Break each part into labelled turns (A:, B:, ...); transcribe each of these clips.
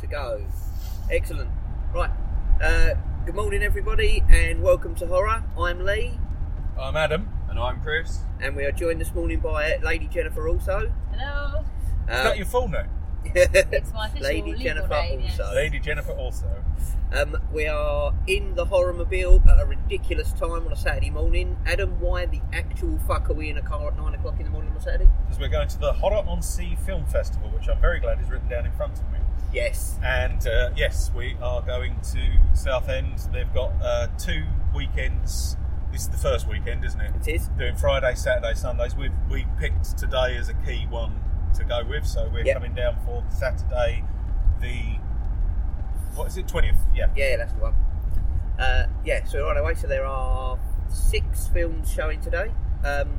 A: So, excellent. Right. Uh, good morning, everybody, and welcome to Horror. I'm Lee,
B: I'm Adam.
C: And I'm Chris.
A: and we are joined this morning by Lady Jennifer also. Um,
D: Hello,
B: Is that your full name?
D: it's my official
A: Lady
D: legal
A: Jennifer
D: name. yes.
A: also.
B: Lady Jennifer also.
A: um, we are in the Horrormobile at a ridiculous time on a Saturday morning. Adam, why the actual fuck are we in a car at 9 o'clock in the morning on a Saturday?
B: Because we're going to the Horror on Sea Film Festival, which I'm very glad is written down in front of me.
A: Yes.
B: And uh, yes, we are going to Southend. They've got uh, two weekends. This is the first weekend, isn't it?
A: It is.
B: Doing Friday, Saturday, Sundays. We've we picked today as a key one to go with, so we're
A: Yep.
B: coming down for Saturday, the what is it, twentieth? Yeah.
A: Yeah, that's the one. Uh, yeah, so right away, so there are six films showing today, um,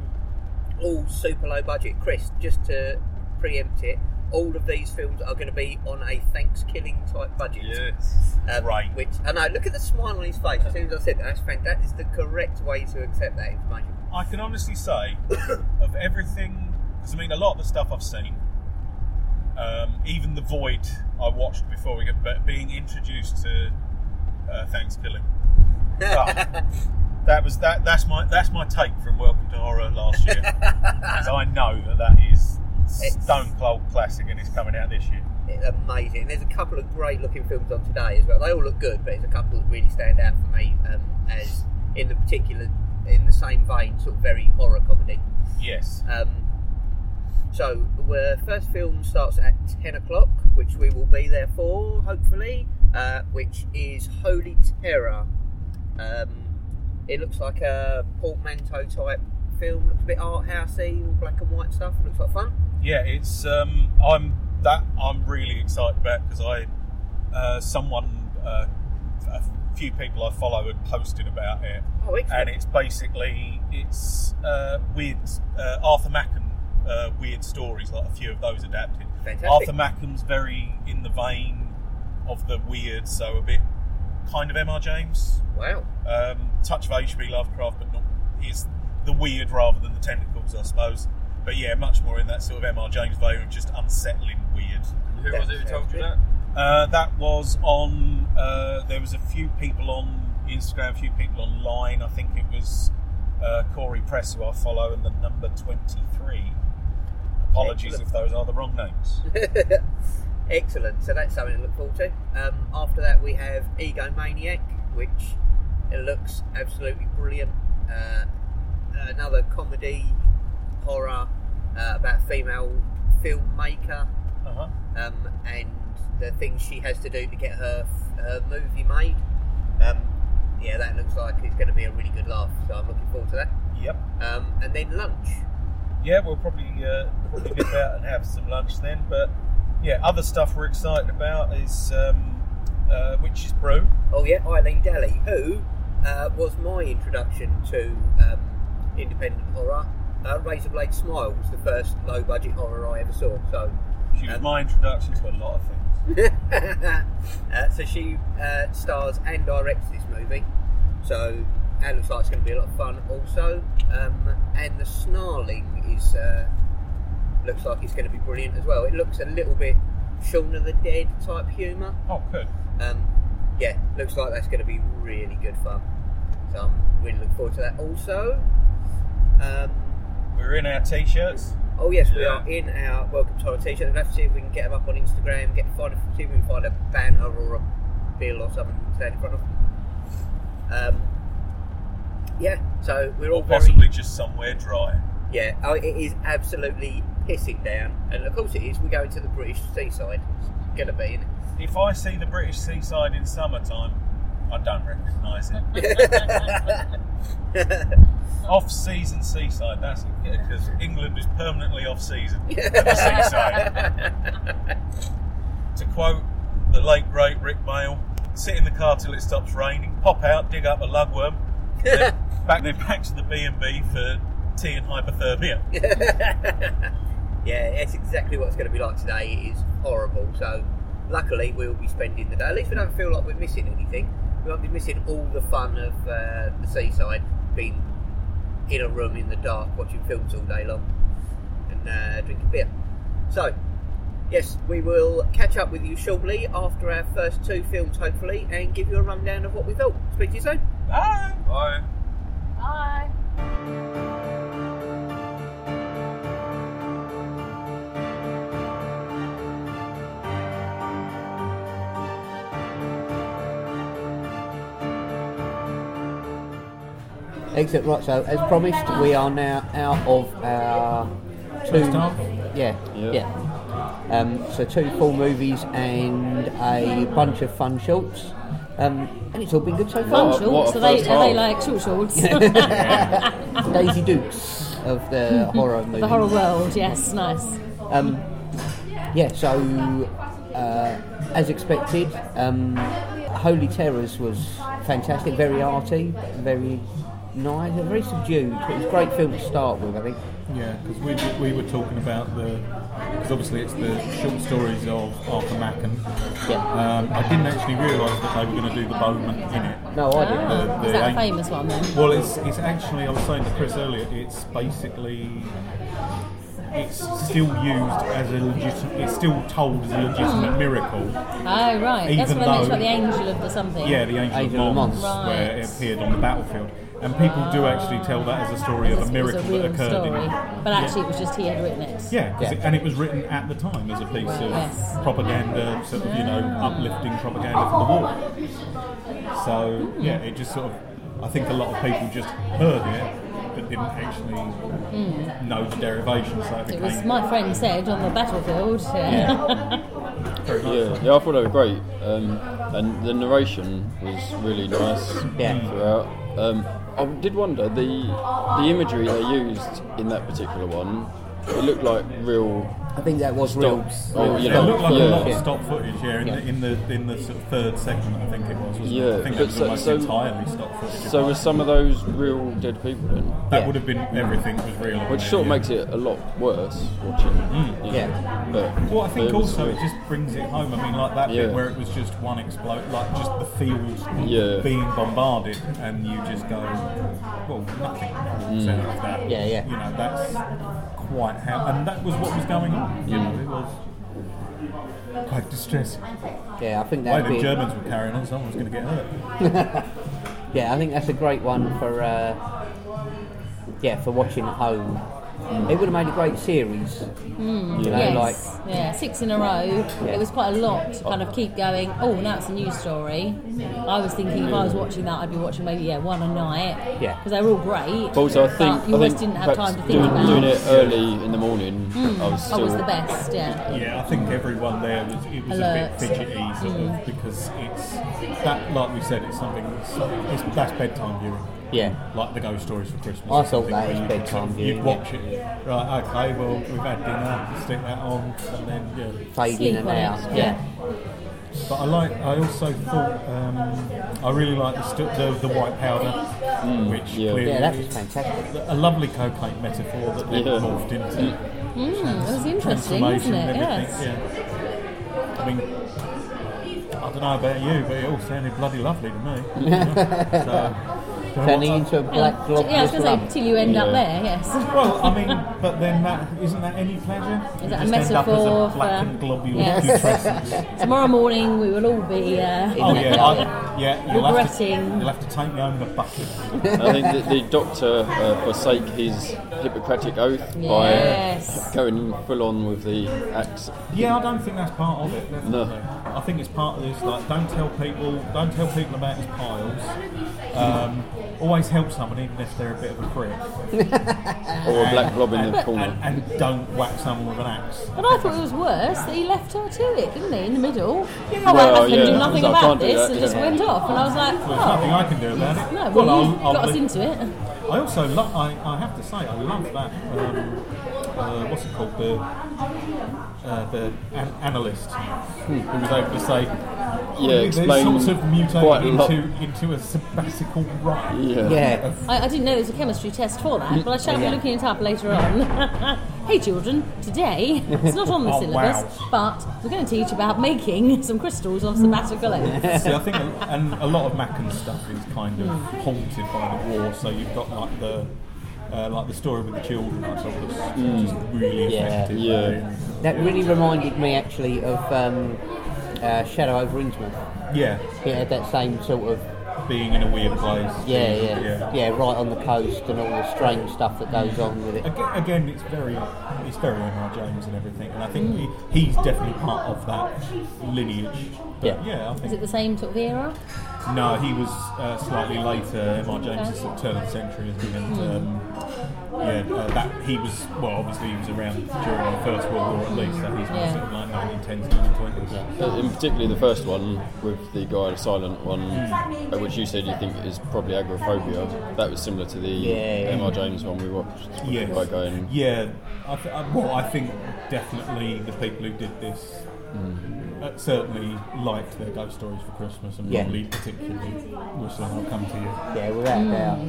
A: all super low budget. Chris, just to preempt it, all of these films are going to be on a Thanksgiving type budget.
C: Yes.
A: Um,
B: Right.
A: Which I know. Look at the smile on his face as soon as I said that. That's fantastic. That is the correct way to accept that information.
B: I can honestly say, of everything, because I mean, a lot of the stuff I've seen, um, even The Void I watched before we got, but being introduced to uh, Thanksgiving, Ah. that was that. That's my that's my take from Welcome to Horror last year, as I know that that is
A: It's-
B: stone cold classic and it's coming out this year.
A: It's amazing. There's a couple of great looking films on today as well. They all look good, but there's a couple that really stand out for me um, as in the particular, in the same vein, sort of very horror comedy.
B: Yes,
A: Um, so the first film starts at ten o'clock, which we will be there for, hopefully, uh, which is Holy Terror. Um, it looks like a portmanteau type film. Looks a bit art housey, all black and white stuff. Looks like fun.
B: yeah, it's um, I'm that I'm really excited about because I uh, someone uh, a few people I follow had posted about it.
A: Oh, excellent.
B: and it's basically it's uh, weird uh, Arthur Macken uh, weird stories, like a few of those adapted.
A: Fantastic.
B: Arthur Macken's very in the vein of the weird, so a bit kind of M.R. James,
A: wow.
B: um, touch of H.P. Lovecraft, but not is the weird rather than the tentacles, I suppose. But yeah, much more in that sort of M.R. James vein of just unsettling weird.
C: And who was it who told you that?
B: Uh, that was on. Uh, there was a few people on Instagram, a few people online. I think it was uh, Corey Press who I follow, and the number twenty-three. Apologies if those are the wrong names.
A: Excellent. So that's something to look forward to. Um, after that, we have Egomaniac, which it looks absolutely brilliant. Uh, another comedy horror uh, about a female filmmaker
B: Uh-huh.
A: um, and the things she has to do to get her her movie made. Um, yeah, that looks like it's going to be a really good laugh. So I'm looking forward to that.
B: Yep.
A: Um, and then lunch.
B: Yeah, we'll probably uh, probably nip out and have some lunch then. But yeah, other stuff we're excited about is um, uh, Witch's Brew.
A: Oh yeah, Eileen Daly, who uh, was my introduction to um, independent horror. Uh, Razorblade Smile was the first low-budget horror I ever saw. So,
B: She was
A: Um,
B: my introduction to a lot of things.
A: uh, so she uh, stars and directs this movie. So that looks like it's going to be a lot of fun. Also, um, and the snarling is uh, looks like it's going to be brilliant as well. It looks a little bit Shaun of the Dead type humour.
B: Oh, good.
A: Um, yeah, looks like that's going to be really good fun. So I'm really looking forward to that. Also, um,
B: We're in our t-shirts.
A: oh yes, we
C: Yeah.
A: are in our welcome to our t-shirt. We'll have to see if we can get them up on Instagram. Get find a, see if we can find a banner or a bill or something to stand in front of. Um, yeah, so we're all
B: Or
A: very
B: possibly just somewhere dry.
A: yeah. Oh, it is absolutely pissing down, and of course it is. We're going to the British seaside. It's gonna be. Isn't
B: If I see the British seaside in summertime, I don't recognise it.
A: it?
B: off-season seaside. That's because England is permanently off-season at the seaside. To quote the late great Rick Mayall, "Sit in the car till it stops raining. Pop out, dig up a lugworm. Then back then back to the B and B for tea and hypothermia."
A: yeah, that's exactly what it's going to be like today. It is horrible. So, luckily, we'll be spending the day. At least we don't feel like we're missing anything. We won't be missing all the fun of uh, the seaside, being in a room in the dark, watching films all day long, and uh, drinking beer. So, yes, we will catch up with you shortly after our first two films, hopefully, and give you a rundown of what we thought. Speak to you soon.
B: Bye.
E: Bye.
F: Bye.
A: Excellent. Right. So, as promised, we are now out of our two.
B: First half?
A: Yeah. Yeah. Um, so two full movies and a bunch of fun shorts, um, and it's all been good so
D: Fun
A: far.
D: shorts.
E: what a
D: are, they,
E: first
D: are they
E: half.
D: like short shorts?
A: Daisy Dukes of the horror movie.
D: the horror world, yes, nice.
A: Um, yeah, so uh, as expected, um, Holy Terrors was fantastic, very arty, very nice, and very subdued. It was a great film to start with, I think.
C: Yeah, because we, were- we were talking about the because obviously it's the short stories of Arthur Macken.
A: Yeah.
C: Um, I didn't actually realise that they were going to do the Bowman in it.
A: No, I didn't.
D: Ah,
C: The-
D: is
C: the
D: that a
C: eight-
D: famous one then?
C: Well, it's it's actually I was saying to Chris earlier, it's basically it's still used as a legitimate. It's still told as a legitimate miracle.
D: Oh, right. That's
C: Even
D: what I meant
C: though-
D: about the angel of the something.
C: Yeah, the Angel,
A: Angel of
C: of Mons,
A: Mons.
C: where it
D: Right.
C: appeared on the battlefield, and people do actually tell that as a story of
D: It was
C: a
D: a
C: miracle
D: real
C: that occurred in
D: story,
C: it.
D: but actually it was just he had written it.
C: Yeah, 'cause
A: Yeah.
C: It, and it was written at the time as a piece of
D: Yes.
C: propaganda, sort of you know uplifting propaganda for the war. So yeah, it just sort of I think a lot of people just heard it but didn't actually know the derivation. So it
D: Hmm. It
C: became
D: was my friend said on the battlefield. Yeah.
C: very nice.
G: Yeah, yeah, I thought they were great, um, and the narration was really nice
A: Yeah.
G: throughout. Um, I did wonder the the imagery they used in that particular one. It looked like real
A: I think that was real.
G: stops.
A: real
G: or, you
C: It
G: know,
C: looked like a lot
G: yeah.
C: of stop footage, yeah, in,
A: Yeah.
C: The, in the in the sort of third segment, I think it was. Wasn't
G: Yeah,
C: it? I think
G: but
C: that was
G: so-
C: almost
G: so-
C: entirely stop footage.
G: So was some of those real dead people then?
C: that
A: Yeah.
C: would have been everything was real,
G: Which
C: wasn't
G: sort of
C: yeah.
G: makes it a lot worse watching. you know,
A: Yeah.
G: But
C: Well, I think
G: but was-
C: also it just brings it home. I mean, like that
G: Yeah.
C: bit where it was just one explode, like just the field
G: Yeah.
C: being bombarded, and you just go, well, nothing mm. out of that.
A: Yeah, yeah.
C: You know, that's quite how, and that was what was going on. You know, it was quite distressing.
A: Yeah, I think
C: The way
A: that
C: the
A: bit.
C: Germans were carrying on, someone was going to get hurt.
A: Yeah, I think that's a great one for. Uh, yeah, for watching at home. It would have made a great series. You know, like
D: yes. yeah, six in a row.
A: Yeah.
D: It was quite a lot to kind of keep going. Oh, now it's a news story. I was thinking if I was watching that, I'd be watching maybe yeah one a night.
A: Yeah.
D: because they were all great.
G: But also, I think
D: but you
G: I
D: always
G: think
D: didn't have
G: perhaps
D: time to think
G: doing,
D: about.
G: doing it early in the morning. I was
D: I
G: still Hmm.
D: was the best. Yeah.
C: Yeah, I think everyone there was it was
D: Alert.
C: a bit fidgety, sort
A: Mm.
C: of, because it's that, like we said, it's something that's, it's, that's bedtime viewing.
A: yeah,
C: like the ghost stories for Christmas.
A: I thought
C: something
A: that
C: where
A: is
C: you could
A: bedtime
C: sort of-
A: viewing,
C: You'd watch it, right? Okay, well we've had dinner, stick that on, and then yeah.
A: fade in
D: Sleep
A: and
D: on it,
A: out.
D: yeah.
C: But I like. I also thought um, I really like the, stu the the white powder, which
G: Mm, yeah.
C: clearly
A: yeah, that was
C: is
A: fantastic.
C: a lovely cocaine metaphor that they
G: Yeah.
C: morphed into
D: Mm, it was interesting,
C: transformation
D: wasn't
C: and
D: it?
C: everything.
D: Yes.
C: Yeah. I mean. I don't know about you, but it all sounded bloody lovely to me. so,
A: Turning into a black
D: Yeah,
A: globulous
D: I was going to
A: lump.
D: say till you end up
G: Yeah.
D: there. Yes.
C: Well, I mean, but then that isn't that any pleasure?
D: Is
C: You
D: that a
C: just end up as
D: metaphor
C: a black
D: for-
C: and globule
D: Yes.
C: putrescence.
D: Tomorrow morning we will all be. Uh,
C: Oh yeah, I, yeah. You'll have, to,
D: Regretting.
C: you'll have to take me home in a bucket.
G: I think the, the doctor uh, forsake his Hippocratic oath
D: Yes.
G: by going full on with the axe.
C: Yeah, I don't think that's part of it. Definitely.
G: No.
C: I think it's part of this. Like, don't tell people, don't tell people about his piles. Um, always help someone, even if they're a bit of a prick.
G: Or a black blob in
C: and,
G: the corner.
C: And, and don't whack someone with an axe.
D: But I thought it was worse that he left her to it, didn't he, in the middle? Oh,
G: Well,
D: I can
G: yeah,
D: do nothing
G: I can't
D: about
G: do
D: this,
G: that,
D: and just
G: yeah.
D: went off. And I was like,
C: There's nothing
D: oh,
C: I can do about it.
D: no, well, you
C: I'll- I'll
D: got us
C: be-
D: into it.
C: I also lo- I, I have to say I love that um, uh, what's it called the uh, the an- analyst who was able to say
G: Yeah,
C: "These
G: explain
C: sorts of
G: quite a
C: mutated
G: lot.
C: into, into a sabbatical rite.
G: Yeah.
A: Yeah,
D: I, I didn't know there was a chemistry test for
C: Mm,
D: that, but I shall
A: Yeah.
D: be looking it up later on. hey, children, today, it's not on the
C: Oh,
D: syllabus, but we're going to teach about making some crystals of sabbatical oats.
C: See, I think, a, and a lot of Macken's stuff is kind of haunted by the war. So you've got like the uh, like the story with the children, I thought was just really
A: Yeah,
C: effective.
G: Hmm. yeah.
A: That really reminded me actually of um, uh, Shadow over Innsmouth.
C: Yeah,
A: It had that same sort of
C: being in a weird place.
A: Yeah, yeah, yeah, right on the coast and all the strange stuff that goes on with it.
C: Aga- Again, it's very, it's very Omar Jones and everything, and I think he, he's definitely part of that lineage.
A: Yeah.
C: But yeah, I
D: Is
C: think
D: it the same sort of era?
C: No, he was uh, slightly later. Mr. James is sort of turn of the century, isn't he? And um, yeah, uh, that he was well, obviously he was around during the First World War at least. So he's
D: Yeah.
C: sort of like 1910s, 1920s.
G: Uh, In particularly the first one with the guy, the silent one, uh, which you said you think is probably agoraphobia. That was similar to the
A: Yeah, yeah.
G: Mr. James one we watched.
C: Yes.
G: By going,
C: Yeah. I th- I, well, I think definitely the people who did this
G: Mm.
C: uh, certainly liked their ghost stories for Christmas, and
A: Yeah.
C: probably particularly Whistler. I'll come to you.
A: Yeah, without
D: Mm.
A: doubt.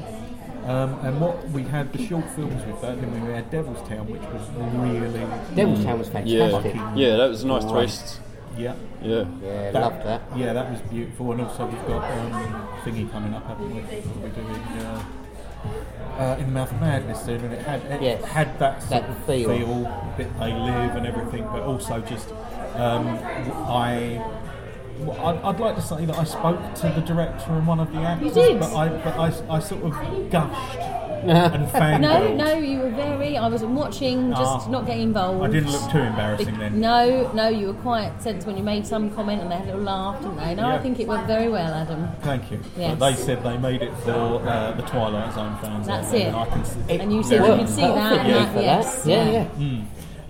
C: Um, and what we had the short films with that, and we had Devil's Town, which was really
A: Devil's Town was fantastic.
G: yeah, yeah, that was a nice
A: Right.
G: twist.
C: yeah.
G: Yeah.
A: Yeah,
C: That-
A: loved that.
C: Yeah, that was beautiful. And also, we've got um, thingy coming up, haven't we? We're doing uh, uh, in the mouth of madness soon, and it had it
A: Yes.
C: had that sort
A: That
C: of
A: feel.
C: bit they live and everything, but also just um, I. well, I'd, I'd like to say that I spoke to the director and one of the actors,
D: did?
C: but, I, but I, I sort of gushed and
D: No,
C: fangirled.
D: no, you were very. I was watching, just
C: Ah.
D: not getting involved.
C: I didn't look too embarrassing then.
D: No, no, you were quite sense when you made some comment and they had a little laugh, didn't they? No, I
C: Yeah.
D: think it went very well, Adam.
C: Thank you.
D: Yes.
C: They said they made it for uh, the Twilight Zone fans.
D: That's
C: out there,
D: it.
C: And I can see
D: And you said you
A: worked
D: could see
A: perfectly
D: that. and that
A: for
D: yes,
A: that. Yeah, yeah.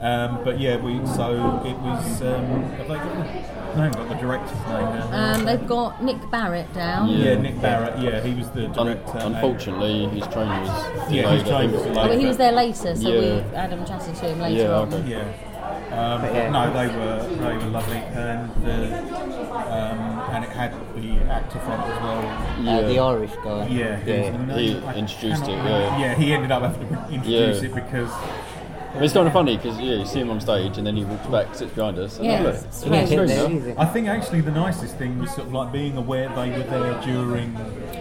C: Um, but yeah, we so it was. Um, have they got the, no, got the director's name now.
D: Um, they've got Nick Barrett down.
G: Yeah.
C: yeah, Nick Barrett. Yeah, he was the
G: Un-
C: director. and-
G: unfortunately, his train was
C: yeah, his
G: delayed. I
C: train
G: think.
C: was
D: But
C: delayed.
D: he was there later, so
G: Yeah.
D: we Adam chatted to him later
G: Yeah,
D: on.
G: okay.
C: Yeah. Um, but
A: yeah.
C: No, they were they were lovely, and the, um, and it had the actor from it as well.
A: Uh, the
G: Yeah.
A: Irish guy.
C: Yeah,
A: Yeah.
G: He
C: I
G: introduced
C: cannot
G: it,
C: remember-
G: yeah.
C: he ended up having to introduce
G: Yeah.
C: it because
G: It's kind of funny because yeah, you see him on stage and then he walks back, sits behind us. And
D: Yeah,
G: oh, look,
D: it's
G: there's
D: strange,
G: no
A: Didn't
G: train
A: there,
G: now.
A: is it?
C: I think actually the nicest thing was sort of like being aware they were there during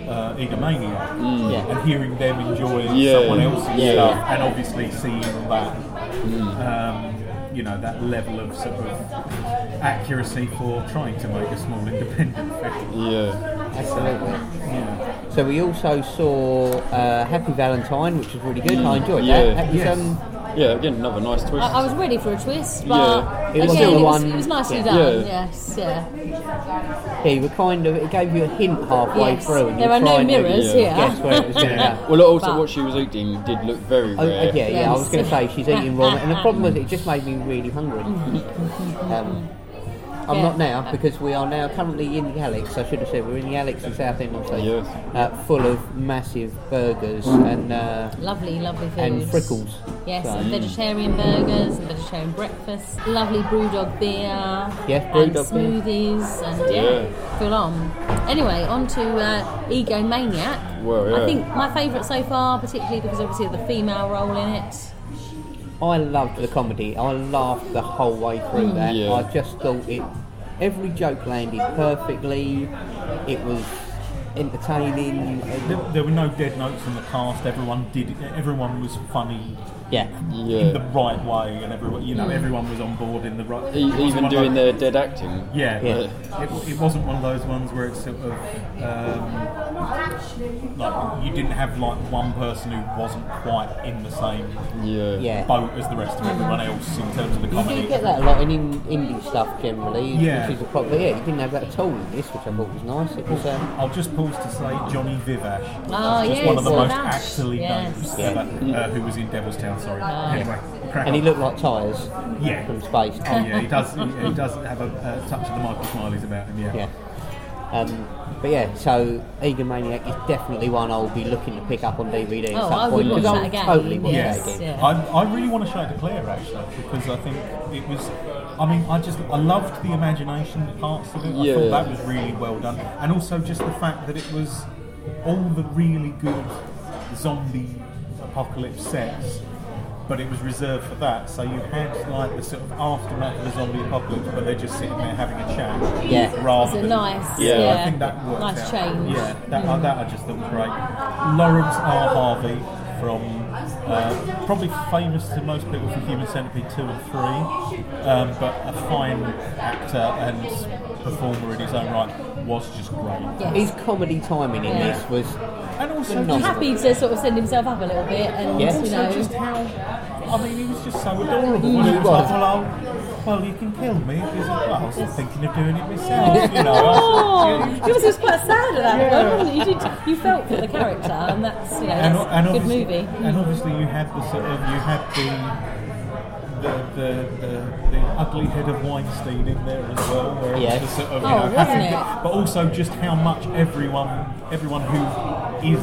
C: uh, Egomania
G: Hmm.
A: Yeah.
C: and hearing them enjoying
G: Yeah.
C: someone else's
G: Yeah. Mm.
C: stuff and obviously seeing that, um, you know, that level of sort of accuracy for trying to make a small independent film.
G: Yeah.
A: Absolutely.
C: Yeah.
A: So we also saw uh, Happy Valentine, which was really good.
D: Mm.
A: I enjoyed
G: Yeah.
A: that. That was,
C: Yes.
A: um,
G: Yeah, again, another nice twist.
D: I, I was ready for a twist, but
G: Yeah.
A: It was
D: again,
A: still
D: it was,
A: one-
D: it was nicely
A: yeah.
D: done.
G: Yeah.
D: Yes, yeah.
A: yeah, you were kind of. It gave you a hint halfway
D: Yes.
A: through. And you
D: There
A: were
D: are no
A: trying to
D: mirrors
G: Yeah.
D: here.
A: Guess where it was going
C: Yeah.
A: to go.
G: well, also
D: but-
G: what she was eating did look very
A: Oh,
G: rare.
A: yeah, yeah, I was going
D: Yes.
A: to say she's eating ramen, and the problem was it just made me really hungry. Um, I'm
D: Mm-hmm. Yeah.
A: not now because we are now currently in the Alex. I should have said we're in the Alex in Southend on stage,
G: Yes.
A: uh, full of massive burgers and uh,
D: Lovely, lovely food.
A: and frickles.
D: Yes,
A: So, mm.
D: and vegetarian burgers and vegetarian breakfast. Lovely brewdog beer.
A: Yes,
D: and
A: brewdog beer.
D: smoothies and yeah,
G: Yeah.
D: full on. Anyway, on to uh, Egomaniac.
G: Well, yeah.
D: I think my favourite so far, particularly because obviously of the female role in it.
A: I loved the comedy. I laughed the whole way through
D: Mm.
A: that.
G: Yeah.
A: I just thought it. Every joke landed perfectly. It was entertaining.
C: There, there were no dead notes in the cast. Everyone did. Everyone was funny
A: Yeah.
G: Yeah.
C: in the right way, and everyone, you know, everyone was on board in the right.
G: E-
C: it wasn't one
G: even
C: of
G: doing
C: those-
G: their dead acting.
C: Yeah,
A: Yeah.
C: It, it wasn't one of those ones where it's sort of um, like you didn't have like one person who wasn't quite in the same
G: Yeah.
A: Yeah.
C: boat as the rest of everyone else in terms of the
A: Mm-hmm. You
C: comedy.
A: do get that a lot in, in indie stuff generally,
C: Yeah.
A: which is a problem. Yeah, you didn't have that at all in this, which I thought was nice. It was, um,
C: I'll just pause to say Johnny Vivash.
A: Ah,
D: Oh,
C: just
D: yes,
C: one of the
D: Vivash,
C: most actorly names
D: yes.
C: ever, uh, who was in Devil's Town. Sorry. Anyway, crack
A: Mm. Ah. and he
C: on.
A: looked like tyres
C: Yeah.
A: from space.
C: Oh yeah, he does. He, he does have a uh, touch of the Michael Smileys about him. Yeah.
A: yeah. Um, but yeah, so Egomaniac is definitely one I'll be looking to pick up on DVD at
D: Oh,
A: some
D: I would
A: point
D: watch
A: I
D: that
A: would
D: again,
A: totally watch
D: yes,
A: that again.
D: yeah.
C: I, I really want to show it to Claire actually because I think it was. I mean, I just I loved the imagination parts of it. I
G: Yeah.
C: thought that was really well done, and also just the fact that it was all the really good zombie apocalypse sets, but it was reserved for that. So you had like the sort of aftermath of the zombie apocalypse, but they're just sitting there having a chat.
A: Yeah.
C: rather
D: It's a
C: than-
D: nice,
G: Yeah,
D: yeah,
G: I
C: I think that worked
D: nice
C: out.
D: change.
C: Yeah, that, uh, that I just thought was great. Lawrence R. Harvey from Uh, probably famous to most people for Human Centipede 2 and 3, um, but a fine actor and performer in his own right was just great.
D: Yes.
A: His comedy timing in
D: Yeah.
A: this was
C: And also,
D: He's
C: just,
D: happy to sort of send himself up a little bit and,
A: Yeah.
D: you
C: also just
D: know.
C: how. I mean, he was just so adorable.
A: Mm,
C: wasn't he?
A: he
C: It was
A: was.
C: like, well, I'll, well, you can kill me. He's like, well, I was thinking of doing it myself. You know, I was-
D: Oh, he was, he was quite sad at that
C: Yeah.
D: point, wasn't he? You, did, you felt for the character, and that's, you know,
C: and,
D: that's
C: and
D: a good
C: obviously,
D: movie.
C: And obviously, you had the sort of you had the the the, the, the ugly head of Weinstein in there as well. Where
A: Yes.
C: it was the sort of,
D: Oh,
C: you know,
D: wasn't
C: having-
D: it?
C: But also just how much everyone everyone who is.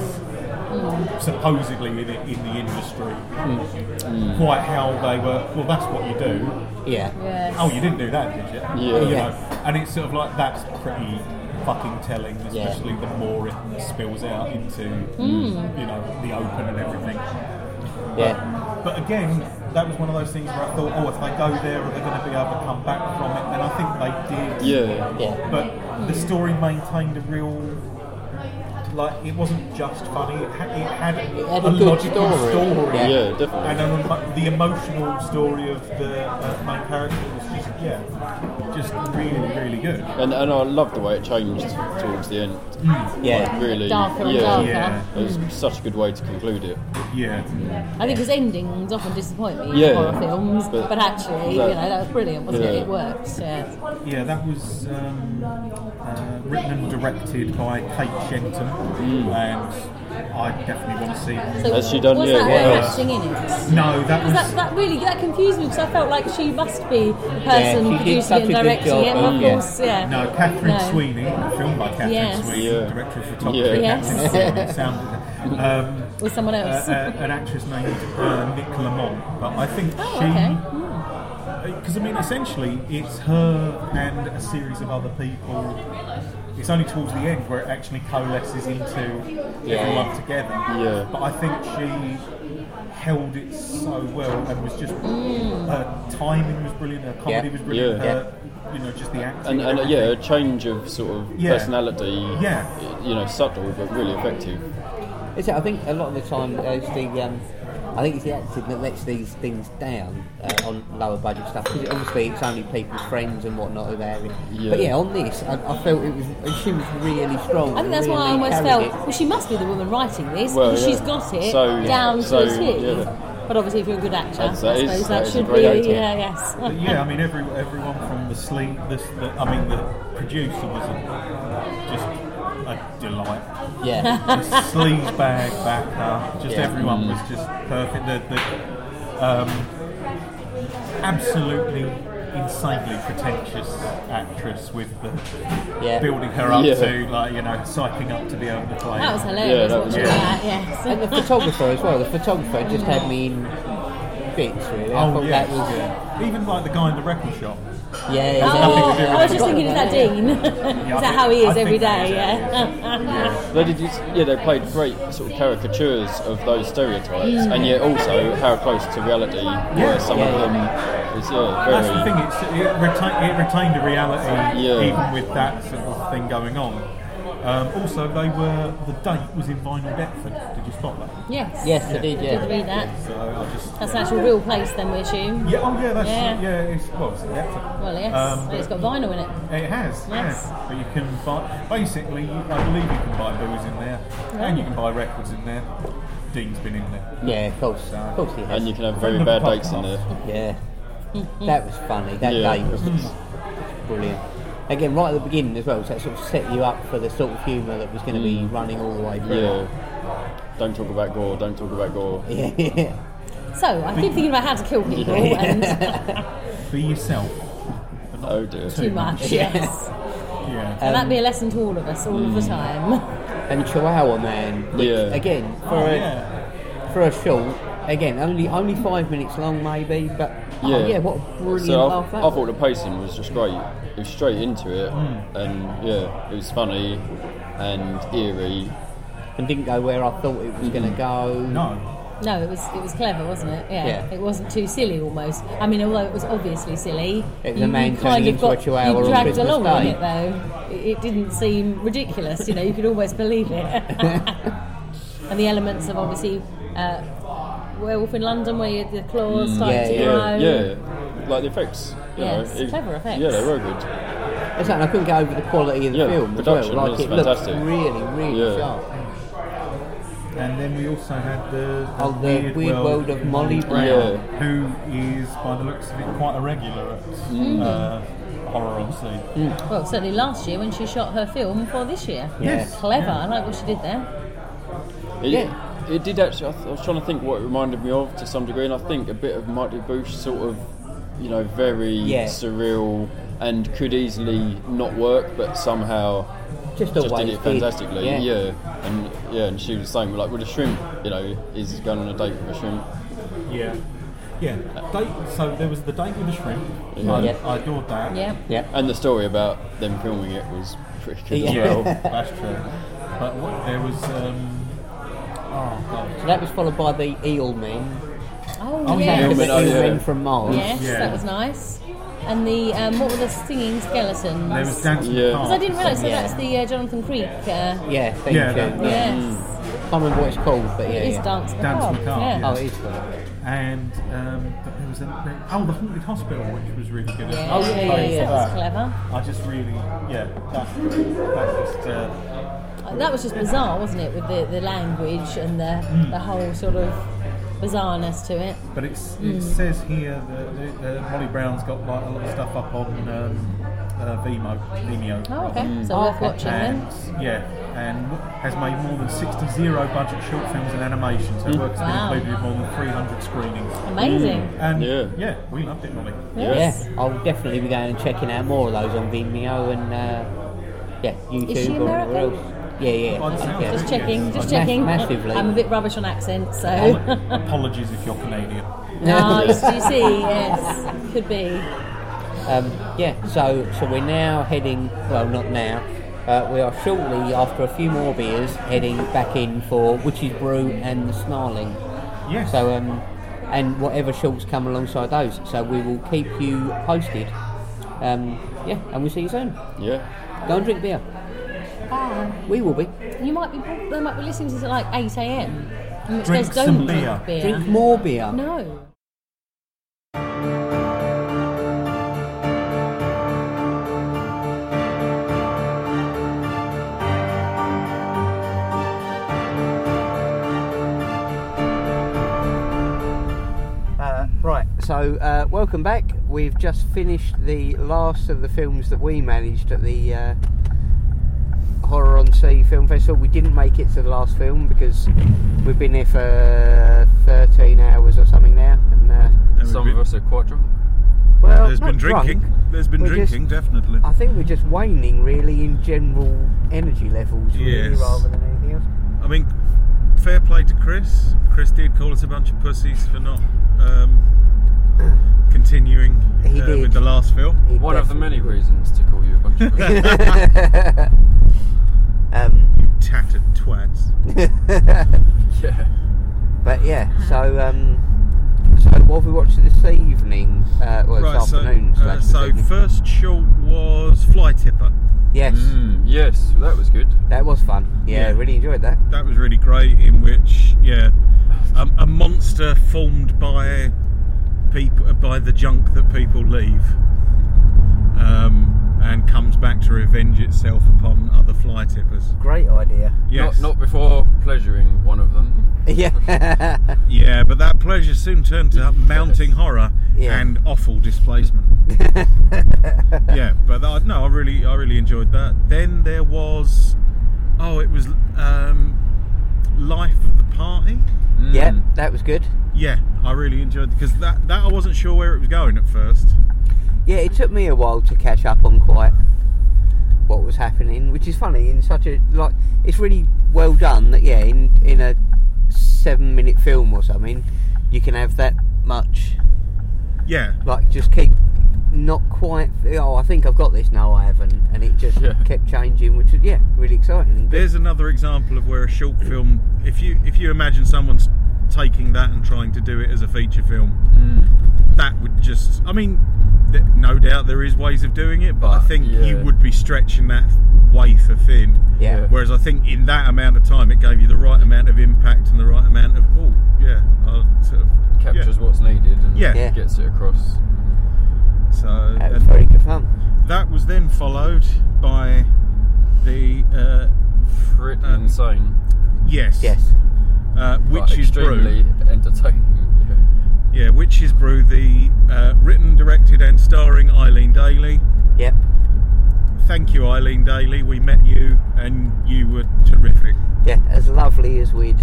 D: Hmm.
C: Supposedly in the, in the industry,
D: Hmm.
C: quite how they were. Well, that's what you do.
A: yeah.
D: Yes.
C: Oh, you didn't do that, did you? Oh, You
G: Yeah.
A: Yeah.
C: know, and it's sort of like that's pretty fucking telling, especially the more it spills out into
A: Hmm.
C: you know the open and everything.
A: Yeah.
C: But again, that was one of those things where I thought, oh, if they go there, are they going to be able to come back from it? And I think they did.
G: Yeah.
A: Yeah.
C: But the story maintained a real. Like it wasn't just funny; it had, it had,
A: had a
C: a,
A: good
C: logical
A: story. Yeah.
G: Yeah, definitely.
C: and then emo- the emotional story of the uh, main character was just yeah, just really really good.
G: And, and I love the way it changed towards the end.
A: Yeah.
G: Really,
D: Darker and
G: yeah,
D: darker.
C: Yeah.
G: it was such a good way to conclude it.
C: Yeah,
D: I think his endings often disappoint me
G: Yeah.
D: in horror films, but,
G: But-
D: actually,
G: but-
D: you know, that was brilliant, wasn't it?
G: Yeah.
D: It works, yeah.
C: yeah, that was um, uh, written and directed by Kate Shenton, and I definitely want to see.
D: So
G: Has she done-
D: was
G: yeah,
D: that
G: what
D: her
G: else?
D: acting in it?
C: no, that was
D: Because that, that really that confused me because I felt like she must be the person
A: she did
D: producing
A: such
D: and
A: a good
D: directing
A: job,
D: it, but of
A: yeah.
D: course, yeah.
C: No, Catherine
D: No.
C: Sweeney, a film by Catherine
D: Yes.
C: Sweeney,
G: Yeah.
C: director of photography,
G: Yeah.
D: Yes.
C: Catherine Sweeney, sound, um,
D: With someone else.
C: uh, uh, an actress named uh, Nick Lamont. But I think
D: Oh,
C: she,
D: okay.
C: because I mean, essentially, it's her and a series of other people. It's only towards the end where it actually coalesces into everyone together.
G: Yeah.
C: But I think she held it so well and was just
D: Mm.
C: her timing was brilliant, her comedy
A: Yeah.
C: was brilliant,
G: Yeah.
C: her you know just the acting.
G: And, and uh,
C: everything.
G: yeah, a change of sort of
C: Yeah.
G: personality.
C: Yeah.
G: You know, subtle but really effective.
A: It's, I think a lot of the time uh, it's the um, I think it's the acting that lets these things down uh, on lower budget stuff because obviously it's only people's friends and whatnot who they're in.
G: Yeah.
A: But yeah, on this, I, I felt it was she was really strong.
D: I think
A: and
D: that's why I
A: really
D: almost
A: carried
D: felt,
A: it.
D: well, she must be the woman writing this
G: Well,
D: because
G: yeah.
D: she's got it
G: So-
D: down
G: so,
D: to a T.
G: yeah.
D: But obviously, if you're a good actor,
G: That's-
D: I
G: that is-
D: suppose
G: that
D: that,
G: is a
D: should be,
G: great actor.
D: yeah, yes.
C: But yeah, I mean, every, everyone from the sleep, the, the, I mean, the producer was a, just a delight.
A: Yeah,
C: The sleaze bag backer, just
A: Yeah. Mm.
C: everyone was just perfect. The, the um, absolutely insanely pretentious actress with the
A: yeah.
C: building her up
G: Yeah.
C: to, like, you know, psyching up to be able to play.
D: That was
C: it.
G: Yeah,
D: hilarious
G: that was
D: watching
G: good.
D: that, yes.
A: And the photographer as well. The photographer just had me in bits really. I
C: Oh,
A: thought
C: yes,
A: that was
C: yeah. Even like the guy in the record shop.
A: yeah. yeah,
D: Oh,
C: to do
D: I was just
C: with
D: thinking, is that Dean? is that how he
C: I
D: is
C: think
D: every
C: that
D: day?
C: is, yeah.
D: Yeah.
G: They did, use- yeah, they played great sort of caricatures of those stereotypes, and yet also how close to reality were some
A: Yeah,
G: of
A: yeah.
G: them. It's yeah, very.
C: That's the thing. It's, it, retain, it retained a reality
G: Yeah.
C: even with that sort of thing going on. Um, also, they were the date was in Vinyl Deptford. Did you spot that?
D: Yes.
A: Yes, I did.
D: Did
A: Yeah,
D: read that.
C: So I just
D: That's an
C: yeah.
D: actual real place, then we assume.
C: Yeah. Oh yeah. That's
D: Yeah.
C: yeah. it's, well, it's in Deptford.
D: Well, yes.
C: Um,
D: it's got
C: but-
D: vinyl in it.
C: It has.
D: Yes.
C: Yeah. But you can buy. Basically, you, I believe you can buy booze in there, and you can buy records in there. Dean's been in there.
A: yeah. Of course, of course he has.
G: And you can have very bad dates in there.
A: Yeah. That was funny. That
G: Yeah. Mm.
A: day was brilliant. Again, right at the beginning as well, so that sort of set you up for the sort of humour that was going to
G: Mm.
A: be running all the way through.
G: Yeah. Don't talk about gore. Don't talk about gore.
A: Yeah. Yeah.
D: So I keep thinking about how to kill people and
C: Be yourself. But not
G: Oh dear.
D: too much.
A: Yeah.
D: Yes.
C: Yeah.
D: And that'd be a lesson to all of us, all of
C: mm.
D: the time.
A: And Chihuahua Man, which
G: Yeah.
A: again for
C: Oh,
A: a
C: yeah.
A: for a short, again only only five minutes long maybe, but yeah, oh, yeah what a brilliant
G: so I,
A: laugh that
G: I
A: was.
G: thought the pacing was just great. It was straight into it, and yeah, it was funny and eerie.
A: and didn't go where I thought it was
G: Mm.
A: going to go.
C: No.
D: No, it was it was clever, wasn't it? Yeah.
A: Yeah.
D: It wasn't too silly, almost. I mean, although it was obviously silly,
A: It was a man turning into a chihuahua
D: you
A: on
D: dragged
A: Christmas
D: along on
A: Day.
D: it though. It, it didn't seem ridiculous. You know, you could almost believe it. and the elements of obviously. Uh, Werewolf in London where you, the claws started
A: Mm, Yeah,
D: to
G: yeah,
D: grow.
G: yeah. Like the effects. You
D: Yeah,
G: know,
D: it's clever effects.
G: Yeah, they were good.
A: Exactly, I couldn't get over the quality of the
G: Yeah,
A: film as well.
G: production
A: Like
G: was
A: it looked
G: fantastic.
A: really, really
G: Yeah.
A: sharp.
C: And then we also had the, the
A: Oh, the Weird, World, of Molly Brown.
G: Yeah.
C: who is, by the looks of it, quite a regular at
D: Mm.
C: uh, horror on scene.
D: Well, certainly last year when she shot her film for this year.
C: Yes.
D: Clever. I like what she did there.
G: It, it did actually. I, th- I was trying to think what it reminded me of to some degree, and I think a bit of Mighty Boosh sort of, you know, very
A: Yeah.
G: surreal and could easily not work, but somehow
A: Just
G: just
A: always
G: did it fantastically.
A: Yeah.
G: Yeah. and yeah, and she was saying like with a shrimp, you know, is going on a date with a shrimp.
C: Yeah. Yeah. Uh, Date, so there was the date with the shrimp.
G: Yeah.
C: I,
A: Yeah.
C: I adored that.
D: Mm, Yeah.
A: Yeah.
G: And the story about them filming it was pretty good as
A: Yeah.
G: well.
C: That's true. But what, there was. Um, oh, God.
A: So that was followed by the Eel Man.
D: Oh,
C: Oh,
D: yes.
A: Yeah,
G: Eel
A: the
G: Man, oh,
A: Eel
G: yeah.
A: Man from Mars.
D: Yes,
C: Yeah.
D: that was nice. And the um, what were the singing skeletons?
C: There was dancing
G: Yeah.
D: Because I didn't realise. So
A: Yeah.
D: that's the uh, Jonathan Creek. Uh,
A: Yeah, thank
C: Yeah,
A: you.
C: that- that-
D: yes,
A: I can't remember what it's called, but yeah.
D: it is
A: yeah.
D: Dance Macabre.
C: Dance Macabre,
D: Yeah.
C: yeah.
A: Oh, it is. called.
C: And um, but there was a, oh the haunted hospital, which was really good. Oh, as
D: Yeah,
C: well.
D: yeah,
C: Thanks
D: yeah,
C: for
D: yeah, that was
C: that.
D: clever.
C: I just really, yeah, that's, that's just, uh,
D: That was just bizarre, wasn't it, with the, the language and the, the whole sort of bizarreness to it.
C: but it's, it says here that uh, uh, Molly Brown's got like a lot of stuff up on um, uh, Vimeo, Vimeo.
D: Oh, okay.
C: rather.
D: So worth watching
C: And
D: then.
C: yeah, and has made more than 60 zero budget short films and animations. Her work has
D: Wow.
C: been included in more than 300 screenings.
D: Amazing.
C: And
G: Yeah.
C: yeah, we loved it, Molly.
D: Yes.
A: Yeah, I'll definitely be going and checking out more of those on Vimeo and uh, yeah, YouTube
D: she
A: or whatever
D: American?
A: else. Yeah, yeah.
C: By the sound
A: yeah.
C: of it,
D: Just checking,
C: yes.
D: just
A: Ma-
D: checking.
A: massively.
D: I'm a bit rubbish on accents, so.
C: Apolo- Apologies if you're Canadian.
D: Ah, yes, do you see? Yes, could be.
A: Um, yeah, so so we're now heading. Well, not now. Uh, we are shortly after a few more beers heading back in for Witch's Brew and the Snarling.
C: Yes.
A: So um, and whatever shorts come alongside those. So we will keep you posted. Um, yeah, and we'll see you soon.
G: Yeah.
A: Go and drink beer.
D: Ah,
A: We will be.
D: you might be. They might be listening to this at like 8 a.m. In which
C: Drink
D: case, don't
C: some
D: drink
C: beer.
D: beer.
A: Drink more beer.
D: No.
A: Uh, right, so uh, welcome back. We've just finished the last of the films that we managed at the uh, Horror on Sea Film Festival. We didn't make it to the last film because we've been there for 13 hours or something now. And uh,
H: Some of us are quite drunk.
A: well,
B: There's
A: not
B: been
A: drunk.
B: drinking. There's been
A: We're just-
B: drinking, definitely.
A: I think we're just waning really in general energy levels, really,
B: Yes.
A: rather than anything else.
B: I mean, fair play to Chris. Chris did call us a bunch of pussies for not um, continuing
A: He
B: uh,
A: did.
B: with the last film.
A: It
H: One of the
A: definitely-
H: many reasons to call you a bunch of pussies.
A: Um,
B: Tattered twats.
H: yeah.
A: But yeah, so um, so what have we watched this evening? Uh, well, this
B: so,
A: afternoon.
B: uh,
A: slash this
B: so
A: evening.
B: first short was Fly Tipper.
A: yes,
H: Mm, yes, that was good.
A: that was fun. Yeah,
B: Yeah.
A: really enjoyed that.
B: That was really great. In which, yeah, um, a monster formed by people by the junk that people leave, um, and comes back to revenge itself upon other fly tippers.
A: Great idea.
B: Yes.
H: Not, not before pleasuring one of them.
A: Yeah,
B: Yeah, but that pleasure soon turned to mounting horror
A: Yeah.
B: and awful displacement. yeah, but I, no, I really, I really enjoyed that. Then there was, oh, it was um, life of the party.
A: yeah, that was good.
B: Yeah, I really enjoyed because that that I wasn't sure where it was going at first.
A: Yeah, it took me a while to catch up on quite what was happening, which is funny in such a like. It's really well done that yeah, in in a seven-minute film or something, you can have that much
B: Yeah,
A: like just keep not quite oh i think i've got this no i haven't and it just
H: Yeah.
A: kept changing which was yeah really exciting and good.
B: there's another example of where a short film, if you if you imagine someone's
G: Mm.
B: taking that and trying to do it as a feature film, that would just, I mean,
C: th- no doubt there is ways of doing it, but I
G: But,
C: think you
G: yeah.
C: would be stretching that wafer thin.
A: Yeah.
C: Whereas I think in that amount of time, it gave you the right amount of impact and the right amount of oh yeah, I'll sort of
G: Captures what's needed and
C: Yeah.
A: Yeah.
G: gets it across.
C: Yeah. So
A: That was
C: and
A: very good fun.
C: that was then followed by the uh,
G: Pretty
C: Um,
G: insane,
C: yes,
A: Yes.
C: uh,
G: but
C: which is brew.
G: extremely entertaining. Yeah.
C: Yeah, Witches Brew, the uh, written, directed, and starring Eileen Daly.
A: Yep.
C: Thank you, Eileen Daly. We met you, and you were terrific.
A: Yeah. As lovely as we'd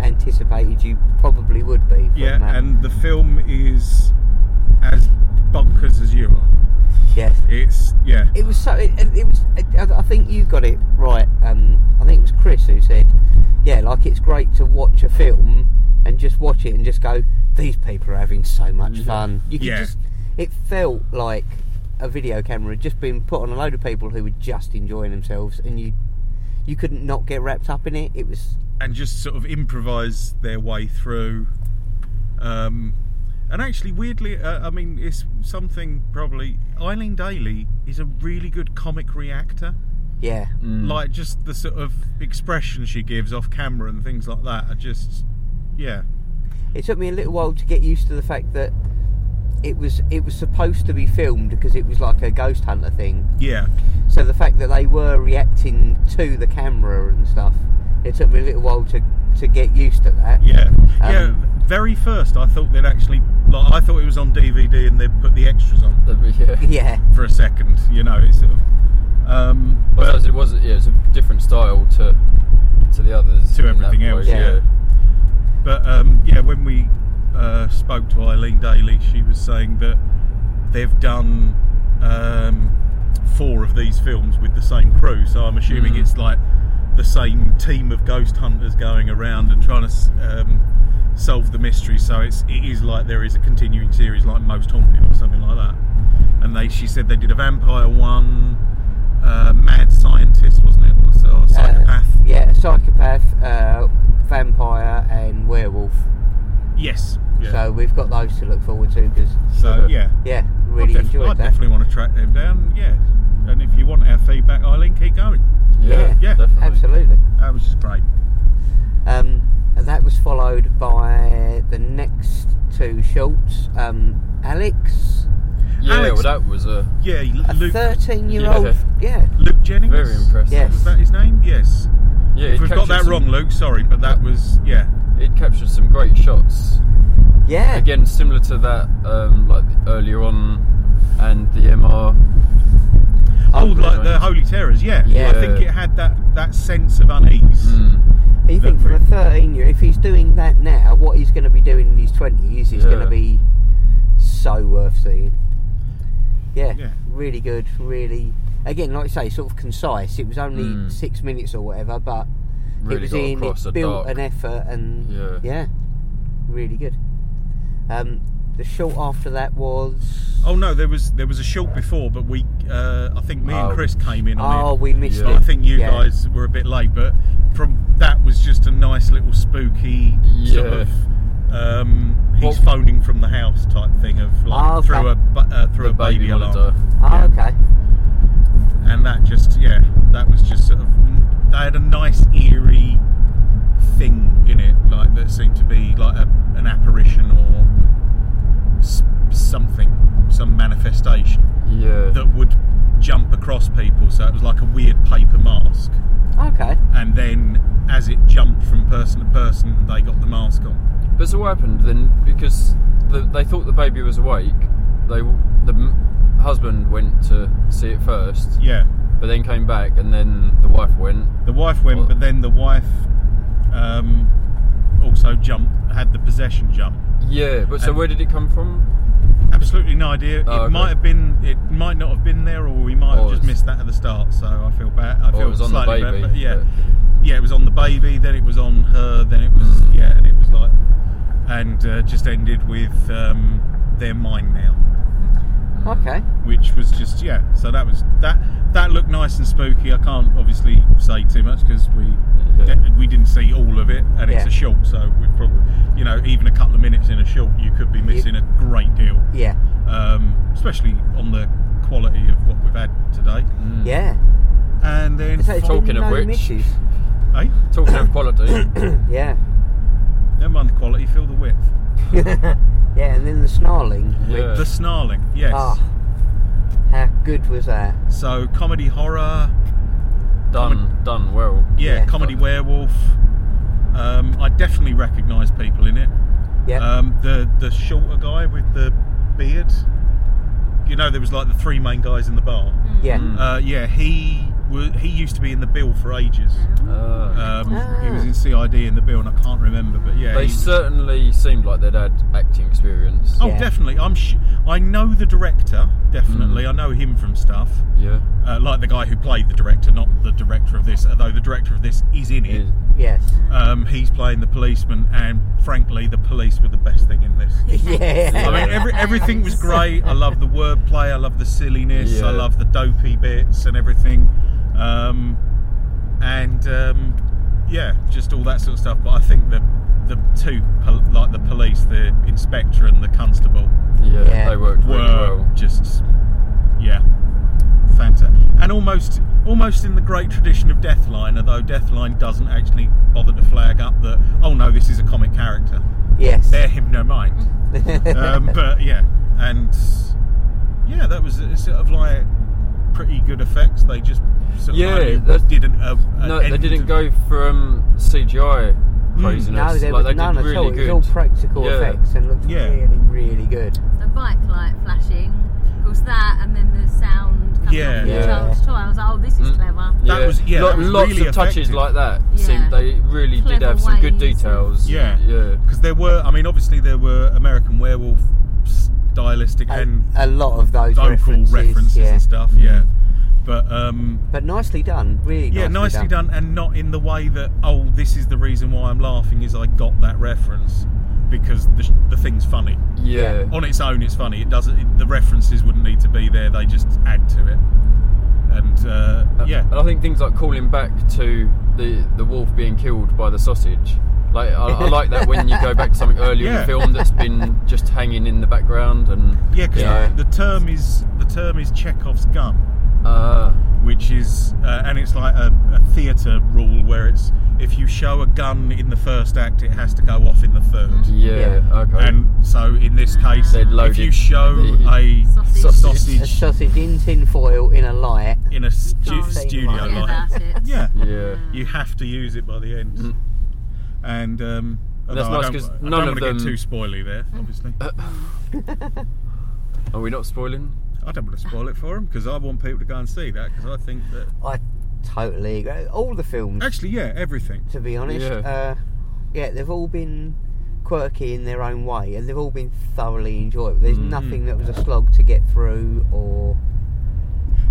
A: anticipated you probably would be. From
C: Yeah,
A: that.
C: and the film is as bonkers as you are.
A: yes.
C: It's yeah,
A: It was so. It, it it was. I I think you got it right. Um, I think it was Chris who said, "Yeah, like it's great to watch a film and just watch it and just go, these people are having so much fun." You could
C: Yeah.
A: just. It felt like a video camera had just been put on a load of people who were just enjoying themselves, and you, you couldn't not get wrapped up in it. It was.
C: and just sort of improvise their way through. Um, and actually, weirdly, uh, I mean, it's something probably. Eileen Daly is a really good comic reactor.
A: Yeah.
C: like just the sort of expression she gives off camera and things like that are just yeah
A: it took me a little while to get used to the fact that it was it was supposed to be filmed because it was like a ghost hunter thing.
C: yeah
A: So the fact that they were reacting to the camera and stuff, it took me a little while to, to get used to that.
C: yeah
A: um,
C: yeah very first i thought they'd actually like i thought it was on dvd and they put the extras on
G: That'd be, yeah.
A: Yeah.
C: for a second you know it's sort of um
G: Well,
C: but
G: as it was, yeah, it's a different style to to the others.
C: to
G: in that
C: everything else
G: way,
C: yeah. but um yeah when we uh spoke to eileen daly she was saying that they've done um four of these films with the same crew so i'm assuming
G: Mm.
C: it's like the same team of ghost hunters going around and trying to s- um, solve the mystery. So it's it is like there is a continuing series like Most Haunted or something like that. And they she said they did a vampire one, uh, mad scientist wasn't it, or, so- or
A: Uh,
C: psychopath?
A: yeah, psychopath, uh, vampire, and werewolf.
C: yes. Yeah.
A: So we've got those to look forward to because
C: So, yeah.
A: yeah, really
C: I
A: enjoyed that.
C: Oh, definitely want to track them down. Yeah. And if you want our feedback, Eileen, keep going.
G: yeah,
C: Yeah,
G: definitely.
A: Absolutely.
C: That was just great.
A: Um, that was followed by the next two shorts. Um, Alex,
G: Yeah,
C: Alex-
G: well, that was uh, a
C: Yeah,
A: a
C: Luke.
A: thirteen-year-old.
G: Yeah.
A: Yeah.
C: Luke Jennings.
G: very impressive.
A: Yes.
C: Is that his name? Yes.
G: Yeah,
C: If
G: it
C: we've got
G: captured
C: that
G: some-
C: wrong, Luke, sorry, but that was yeah.
G: It captured some great shots.
A: Yeah.
G: Again, similar to that, um, like earlier on, and the MR.
C: Oh, like the
G: nice.
C: Holy Terrors, yeah.
A: Yeah.
C: I think it had that, that sense of unease.
G: uh, Mm,
A: You think from a thirteen-year, if he's doing that now, what he's going to be doing in his twenties is going
G: Yeah.
A: to be so worth seeing. Yeah,
C: Yeah.
A: Really good. Really. Again, like I say, sort of concise. It was only
G: Mm.
A: six minutes or whatever, but it
G: really
A: was
G: got
A: in.
G: across
A: It
G: the
A: built
G: dark.
A: an effort, and
G: Yeah.
A: really good. Um, the short after that was.
C: Oh no, there was there was a short before, but we uh, I think me and
G: Oh.
C: Chris came in on
A: Oh,
C: it.
A: we missed
C: But
A: it.
C: I think you
A: Yeah.
C: guys were a bit late, but from that was just a nice little spooky sort
G: Yeah.
C: of um, he's
G: Well- Ah,
C: phoning from the house type thing of like
A: Oh,
C: through
A: okay.
C: a bu- uh, through
G: the
C: a baby,
G: baby
C: alarm,
G: monitor.
A: Oh, okay.
C: and that just yeah, that was just sort of they had a nice eerie thing in it, like that seemed to be like a, an apparition or s- something, some manifestation.
G: Yeah,
C: that would jump across people. So it was like a weird paper mask.
A: Okay.
C: And then as it jumped from person to person, they got the mask on.
G: But so what happened then? Because the, they thought the baby was awake. They the m- husband went to see it first,
C: Yeah.
G: but then came back, and then the wife went.
C: The wife went,
G: Well-
C: but then the wife um, also jumped, had the possession jump.
G: Yeah, but so
C: And-
G: where did it come from?
C: Absolutely no idea. it
G: Oh, okay.
C: might have been, it might not have been there, or we might
G: Or
C: have just
G: it's-
C: missed that at the start. So I feel bad. I
G: Or
C: feel
G: it was on the
C: slightly
G: baby,
C: bad, but yeah,
G: but-
C: yeah, it was on the baby. Then it was on her. Then it was
G: Mm.
C: yeah, and it was like, and uh, just ended with um, they're mine now.
A: Okay.
C: which was just yeah. So that was that. That looked nice and spooky. I can't obviously say too much because we
G: Yeah.
C: de- we didn't see all of it, and it's
A: Yeah.
C: a short, so we
G: Hmm.
C: probably you know even a couple of minutes in a short, you could be missing a great deal.
A: Yeah.
C: Um,
B: especially on the quality of what we've had today.
A: Yeah.
B: And then
A: It's actually
G: Talking of
A: no
G: which-
A: misses.
B: eh?
G: Talking of quality,
A: Yeah.
B: never mind the quality, feel the width.
A: Yeah, and then the snarling.
G: yeah.
B: The snarling, yes.
A: Ah, how good was that?
B: So comedy horror,
G: done, done well.
B: yeah,
A: Yeah.
B: comedy werewolf. Um, I definitely recognise people in it.
A: Yeah.
B: Um, the the shorter guy with the beard. You know, there was like the three main guys in the bar.
A: yeah.
B: Uh, yeah, he was. He used to be in the bill for ages.
A: Hmm.
G: Uh,
B: Um, He
A: Ah.
B: was in CID in the bill, and I can't remember. But yeah,
G: they
B: he was-
G: certainly seemed like they'd had acting experience.
B: Oh,
A: Yeah.
B: definitely. I'm. Sh- I know the director. Definitely,
A: Mm.
B: I know him from stuff.
G: Yeah,
B: Uh, like the guy who played the director, not the director of this. Although the director of this is in it.
G: Is-
A: Yes.
B: Um, he's playing the policeman, and frankly, the police were the best thing in this.
A: Yeah.
B: I mean, every, everything was great. I love the wordplay. I love the silliness.
G: Yeah.
B: I love the dopey bits and everything. Um, and um, yeah, just all that sort of stuff. But I think the the two pol- like the police, the inspector and the constable,
G: yeah,
A: Yeah.
G: they worked really
B: were
G: well.
B: just yeah, fantastic. And almost almost in the great tradition of Deathline, although Deathline doesn't actually bother to flag up that oh no, this is a comic character
A: Yes.
B: bear him no mind. um, but yeah, and yeah, that was it's sort of like pretty good effects. They just sort of
G: Yeah,
B: only
G: that's-
B: didn't. Uh,
G: No, they didn't go from CGI craziness.
A: No, there
G: like
A: was
G: they
A: none
G: did
A: at
G: really
A: all.
G: good.
A: It was all practical
G: Yeah.
A: effects and looked
B: Yeah.
A: really, really good.
D: The bike light flashing, of course that, and then the sound coming
B: Yeah.
D: yeah. from
A: Yeah.
D: the child's toy. I was like, oh, this is
G: Mm.
D: clever.
B: That was- yeah,
G: Lo-
B: that was
G: lots
B: really
G: of touches
B: effective.
G: like that.
D: Yeah.
G: Seemed they really did
D: Clever
G: have some good
D: ways.
G: details.
B: Yeah.
G: yeah.
B: because there were. I mean, obviously there were American Werewolf stylistic
A: A,
B: and
A: a lot of those
B: local
A: references,
B: references,
A: yeah.
B: and stuff. Yeah, but um,
A: But nicely done, really.
B: Yeah,
A: nicely,
B: nicely done. and not in the way that oh, this is the reason why I'm laughing is I got that reference because the, the thing's funny
G: Yeah.
B: on its own. It's funny. It doesn't. It, the references wouldn't need to be there. They just add to it. And uh, yeah,
G: And I think things like calling back to the the wolf being killed by the sausage. Like I, I like that when you go back to something earlier in
B: Yeah.
G: the film that's been just hanging in the background and
B: yeah, because
G: Yeah.
B: the term is the term is Chekhov's gun,
G: uh,
B: which is uh, and it's like a, a theatre rule where it's if you show a gun in the first act, it has to go off in the third.
G: yeah, okay.
B: And so in this case,
G: They'd
B: if
G: loaded
B: you show
G: the
B: a
D: sausage.
B: sausage,
A: A sausage in tin foil in a light.
B: in a stu-
D: Can't say
B: studio
D: Forget
B: light.
D: about it.
B: Yeah,
G: yeah.
B: you have to use it by the end. And um,
G: And that's
B: although I
G: nice
B: don't-
G: 'cause
B: I
G: none
B: don't
G: of
B: want to
G: them- Uh,
B: get too spoily there. Obviously,
G: Are we not spoiling?
B: I don't
G: uh,
B: want to spoil it for them because I want people to go and see that because I think that
A: I totally agree. All the films,
B: uh, actually, yeah, everything.
A: to be honest.
G: Yeah.
A: Uh, yeah, they've all been quirky in their own way and they've all been thoroughly enjoyable. There's
G: Mm.
A: nothing that was a slog to get through or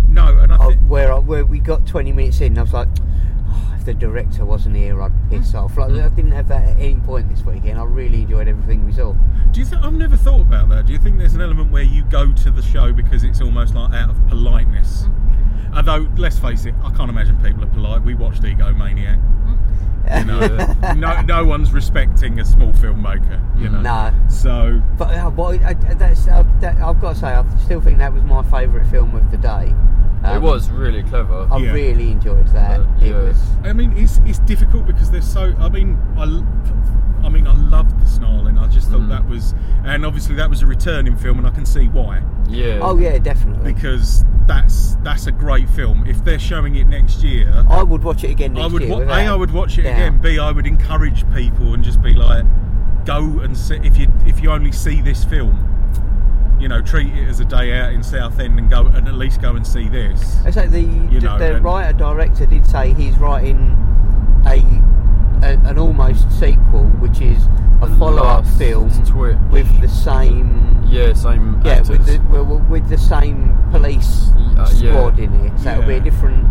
B: No, and I
A: I,
B: think
A: where I, where we got 20 minutes in, I was like, "Oh, if the director wasn't here, I'd piss
G: Mm.
A: off. Like I didn't have that at any point this weekend. I really enjoyed everything we saw.
B: do you think I've never thought about that? Do you think there's an element where you go to the show because it's almost like out of politeness? Although, let's face it, I can't imagine people are polite. We watched Egomaniac. You know, no, no one's respecting a small filmmaker.
G: Mm.
B: You know,
A: No.
B: so
A: But uh, what I, I- that's I, that, I've got to say, I still think that was my favourite film of the day.
G: it
A: Um,
G: was really clever.
A: I
B: Yeah.
A: really enjoyed that.
G: Uh,
A: Oh, it
G: yeah.
A: was.
B: I mean, it's it's difficult because they're so. I mean, I, l- I mean, I loved the snarling. I just thought
A: Mm.
B: that was, and obviously that was a returning film, and I can see why
G: Yeah.
A: Oh yeah, definitely.
B: because that's that's a great film. If they're showing it next year,
A: I would watch it again next
B: I would
A: year.
B: wa-
A: without
B: a I would watch it
A: doubt.
B: again. B I would encourage people and just be like, go and see if you if you only see this film. You know, treat it as a day out in Southend and go and at least go and see this.
A: It's like the
B: You know,
A: the
B: and-
A: writer director did say he's writing a, a an almost sequel, which is a follow up
G: Last
A: film
G: twitch.
A: with the same
G: yeah, same
A: yeah
G: actors.
A: with the well, well, with the same police
G: Y- uh, yeah.
A: squad in it. So it'll be a
B: Yeah.
A: different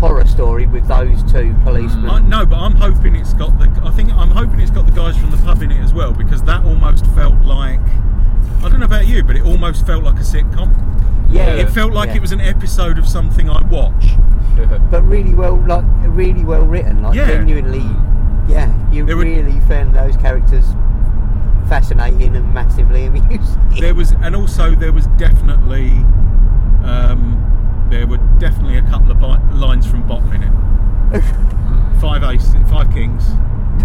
A: horror story with those two
G: Mm.
A: policemen.
B: I, no, but I'm hoping it's got the. I think I'm hoping it's got the guys from the pub in it as well because that almost felt like. I don't know about you, but it almost felt like a sitcom.
A: yeah,
B: It felt like
A: yeah.
B: it was an episode of something I watch.
A: but really well like really well written. Like
B: Yeah.
A: genuinely, yeah, you
B: There were-
A: really found those characters fascinating and massively amusing.
B: there was, and also there was definitely, um, there were definitely a couple of bi- lines from bottom in it. five aces, five kings.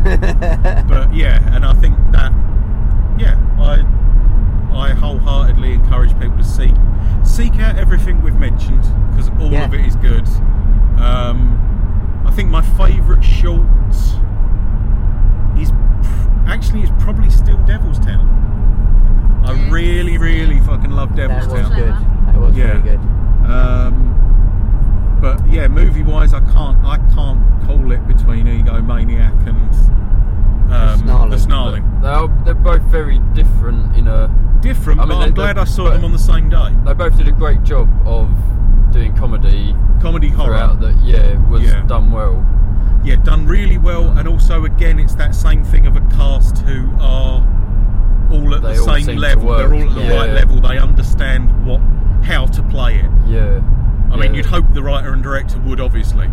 B: but yeah, and I think that, yeah, I, I wholeheartedly encourage people to seek, seek out everything we've mentioned because all
A: Yeah.
B: of it is good. Um, I think my favourite short is pr- actually is probably still Devil's Town. I
G: Mm.
B: really, really fucking love Devil's
A: that was
B: Town.
A: good. That was
B: Yeah.
A: very good.
B: Um, but yeah, movie wise, I can't I can't call it between Egomaniac and um,
A: Snarling.
B: the snarling.
G: They are, they're both very different in a
B: Different,
G: I mean,
B: but
G: they-
B: I'm glad
G: they-
B: I saw
G: but-
B: them on the same day.
G: they both did a great job of doing comedy
B: Comedy horror,
G: throughout that yeah was
B: Yeah.
G: done well
B: yeah, done really well. And also, again, it's that same thing of a cast who are all at
G: They
B: the
G: all seem
B: same
G: to
B: level. They're
G: work,
B: all at the
G: yeah.
B: right level. They understand what how to play it.
G: yeah
B: I mean,
G: Yeah.
B: you'd hope the writer and director would, obviously,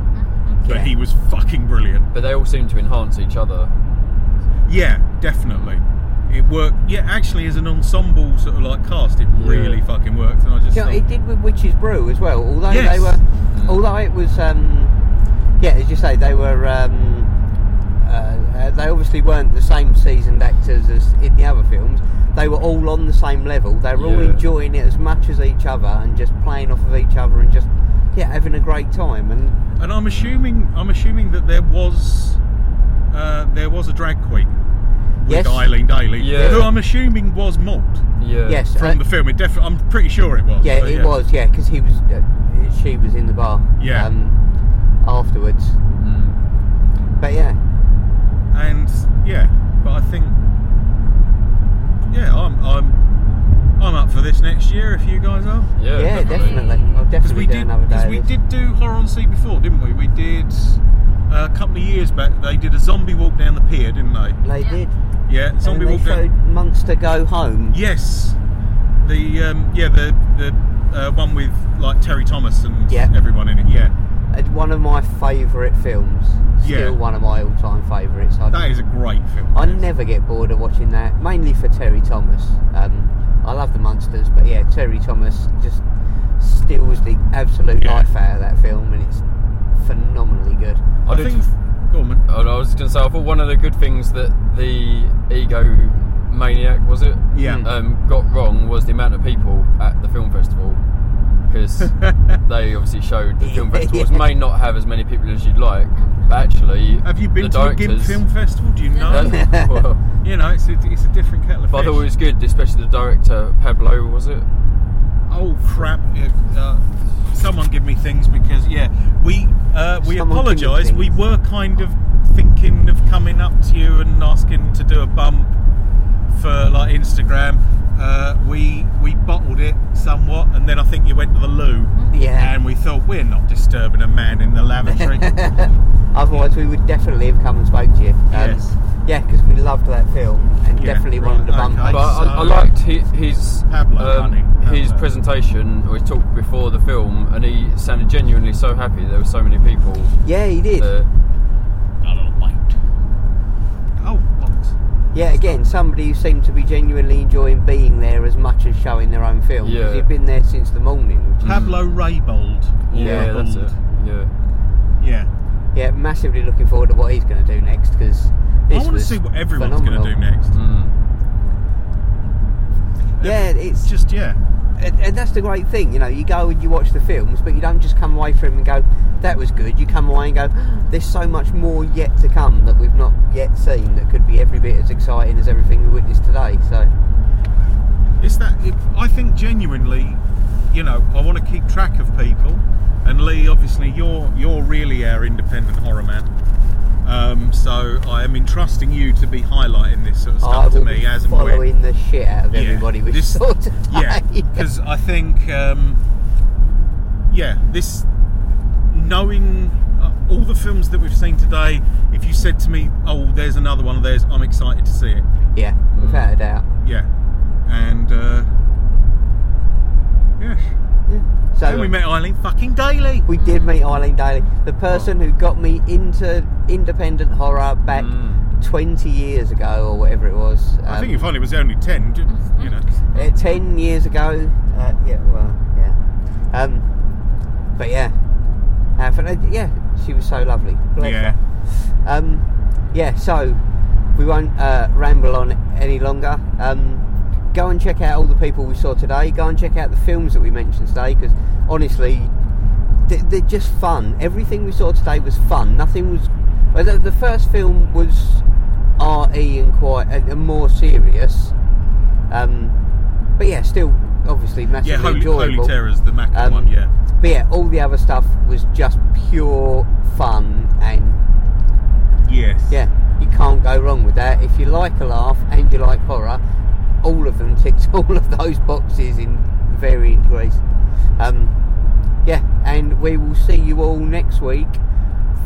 B: but he was fucking brilliant.
G: but they all seem to enhance each other
B: Yeah, definitely. It worked. Yeah, actually, as an ensemble sort of like cast, it really fucking worked. And I just
A: Yeah,
B: thought,
A: it did with Witches Brew as well. Although
B: Yes.
A: they were, although it was, um, yeah, as you say, they were. Um, uh, uh, they obviously weren't the same seasoned actors as in the other films. They were all on the same level. They were all
G: Yeah.
A: enjoying it as much as each other and just playing off of each other and just yeah having a great time. And
B: and I'm assuming, I'm assuming that there was, uh, there was a drag queen
A: Yes.
B: with Eileen Daly,
G: Yeah.
B: who I'm assuming was Malt
G: yeah
A: yes,
B: from
A: uh,
B: the film. It definitely, I'm pretty sure it was.
A: yeah,
B: but
A: it was yeah because he was, uh, she was in the bar.
B: Yeah.
A: Um, afterwards,
G: Mm.
A: but yeah,
B: And yeah, but I think, yeah, I'm, I'm, I'm up for this next year if you guys are.
G: yeah,
A: yeah, definitely. I'll
B: Because
A: definitely
B: we
A: do
B: did,
A: another day.
B: because
A: of
B: we
A: this.
B: did do horror on sea before, didn't we? We did uh, a couple of years back. They did a zombie walk down the pier, didn't they?
A: They did.
B: Yeah, zombie
A: and
B: walk
A: they showed
B: down.
A: Monster Go Home.
B: Yes, the um, yeah the the uh, one with like Terry Thomas and
A: Yeah.
B: everyone in it. Yeah,
A: It's One of my favourite films. Still
B: Yeah.
A: one of my all-time favourites. I,
B: that is a great film.
A: I never get bored of watching that, mainly for Terry Thomas. Um, I love the monsters, but yeah, Terry Thomas just steals the absolute
B: Yeah.
A: life out of that film, and it's phenomenally good.
B: I
G: did-
B: think. Go on, man.
G: And I was going to say, I thought one of the good things that the ego maniac was it?
B: Yeah.
G: Um, got wrong was the amount of people at the film festival because they obviously showed the film
A: Yeah.
G: festivals may not have as many people as you'd like, but actually,
B: Have you been
G: the
B: to the Gimp
G: directors-
B: Film Festival? Do you know?
G: That- well,
B: you know, it's a, it's a different kettle of
G: but I
B: fish.
G: thought it was good, especially the director Pablo, was it?
B: Oh crap! If, uh, someone give me things because yeah, we uh,
A: Someone give
B: we
A: me
B: apologise. We
A: things.
B: were kind of thinking of coming up to you and asking to do a bump for like Instagram. Uh, we we bottled it somewhat, and then I think you went to the loo,
A: Yeah.
B: and we thought we're not disturbing a man in the lavatory.
A: Otherwise, we would definitely have come and spoke to you. Um,
B: Um, Yes.
A: Yeah, because we loved that film and
B: Yeah,
A: definitely
B: right,
A: wanted to bump
B: okay.
G: But
A: it.
G: I, I
B: So-
G: liked his his,
B: Pablo,
G: um,
B: honey,
G: his
B: Pablo.
G: presentation or his talk before the film, and he sounded genuinely so happy. There were so many people.
A: Yeah, he did.
B: Uh,
G: there.
B: oh, bollocks.
A: Yeah, again, somebody who seemed to be genuinely enjoying being there as much as showing their own film. 'cause
G: Yeah.
A: He'd been there since the morning, which is,
B: Pablo Raybold. or
G: Mm. Yeah, that's
B: Raybold.
G: it. Yeah.
B: Yeah.
A: yeah, massively looking forward to what he's going to do next because
B: I want to see what everyone's going to do next.
G: Mm.
A: Yeah, it's
B: Just yeah.
A: and, and that's the great thing, you know. You go and you watch the films, but you don't just come away from them and go, "That was good." You come away and go, "Oh, "There's so much more yet to come that we've not yet seen that could be every bit as exciting as everything we witnessed today." So,
B: It's that it, I think genuinely, you know, I want to keep track of people. And Lee, obviously, you're you're really our independent horror man. Um, so I am entrusting you to be highlighting this sort of
A: I
B: stuff
A: will
B: to me
A: be
B: as and when.
A: following the shit out of
B: Yeah,
A: everybody we
B: this-
A: saw today.
B: Yeah, because I think um, yeah, this knowing uh, all the films that we've seen today. If you said to me, "Oh, there's another one of theirs," I'm excited to see it.
A: Yeah, without a doubt.
B: Yeah, and uh, yeah.
A: So
B: And Mm. we met Oh. Eileen fucking daily.
A: We did meet Eileen Daly, the person who got me into independent horror back 20 years ago or whatever it was.
B: Mm. I
A: um,
B: think if only it was only ten, ju- you know.
A: uh, 10 years ago. Uh, yeah, well, yeah. Um, but yeah. Uh, but, uh, yeah, she was so lovely. Bless her.
B: Yeah.
A: Um, yeah, so we won't uh, ramble on any longer. Um, go and check out all the people we saw today. Go and check out the films that we mentioned today because honestly, they- they're just fun. Everything we saw today was fun. Nothing was. Well, the, the first film was RE and quite uh, and, and more serious. Um, but yeah, still obviously massively
B: Yeah, Holy,
A: enjoyable.
B: Holy Terror's the Mac
A: Um,
B: one, yeah.
A: But yeah, all the other stuff was just pure fun and
B: Yes.
A: yeah, you can't go wrong with that. If you like a laugh and you like horror, all of them ticks all of those boxes in varying degrees. Um, yeah, and we will see you all next week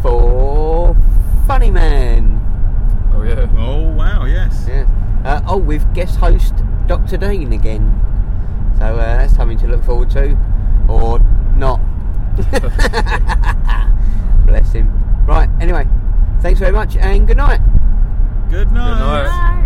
A: for Funny Man.
H: Oh yeah.
B: Oh wow, yes.
A: Yeah. Uh, oh, with guest host Dr. Dean again. So uh, that's something to look forward to, or not. Bless him. Right. Anyway, thanks very much and good night.
B: Good night.
H: Good night.
I: Bye.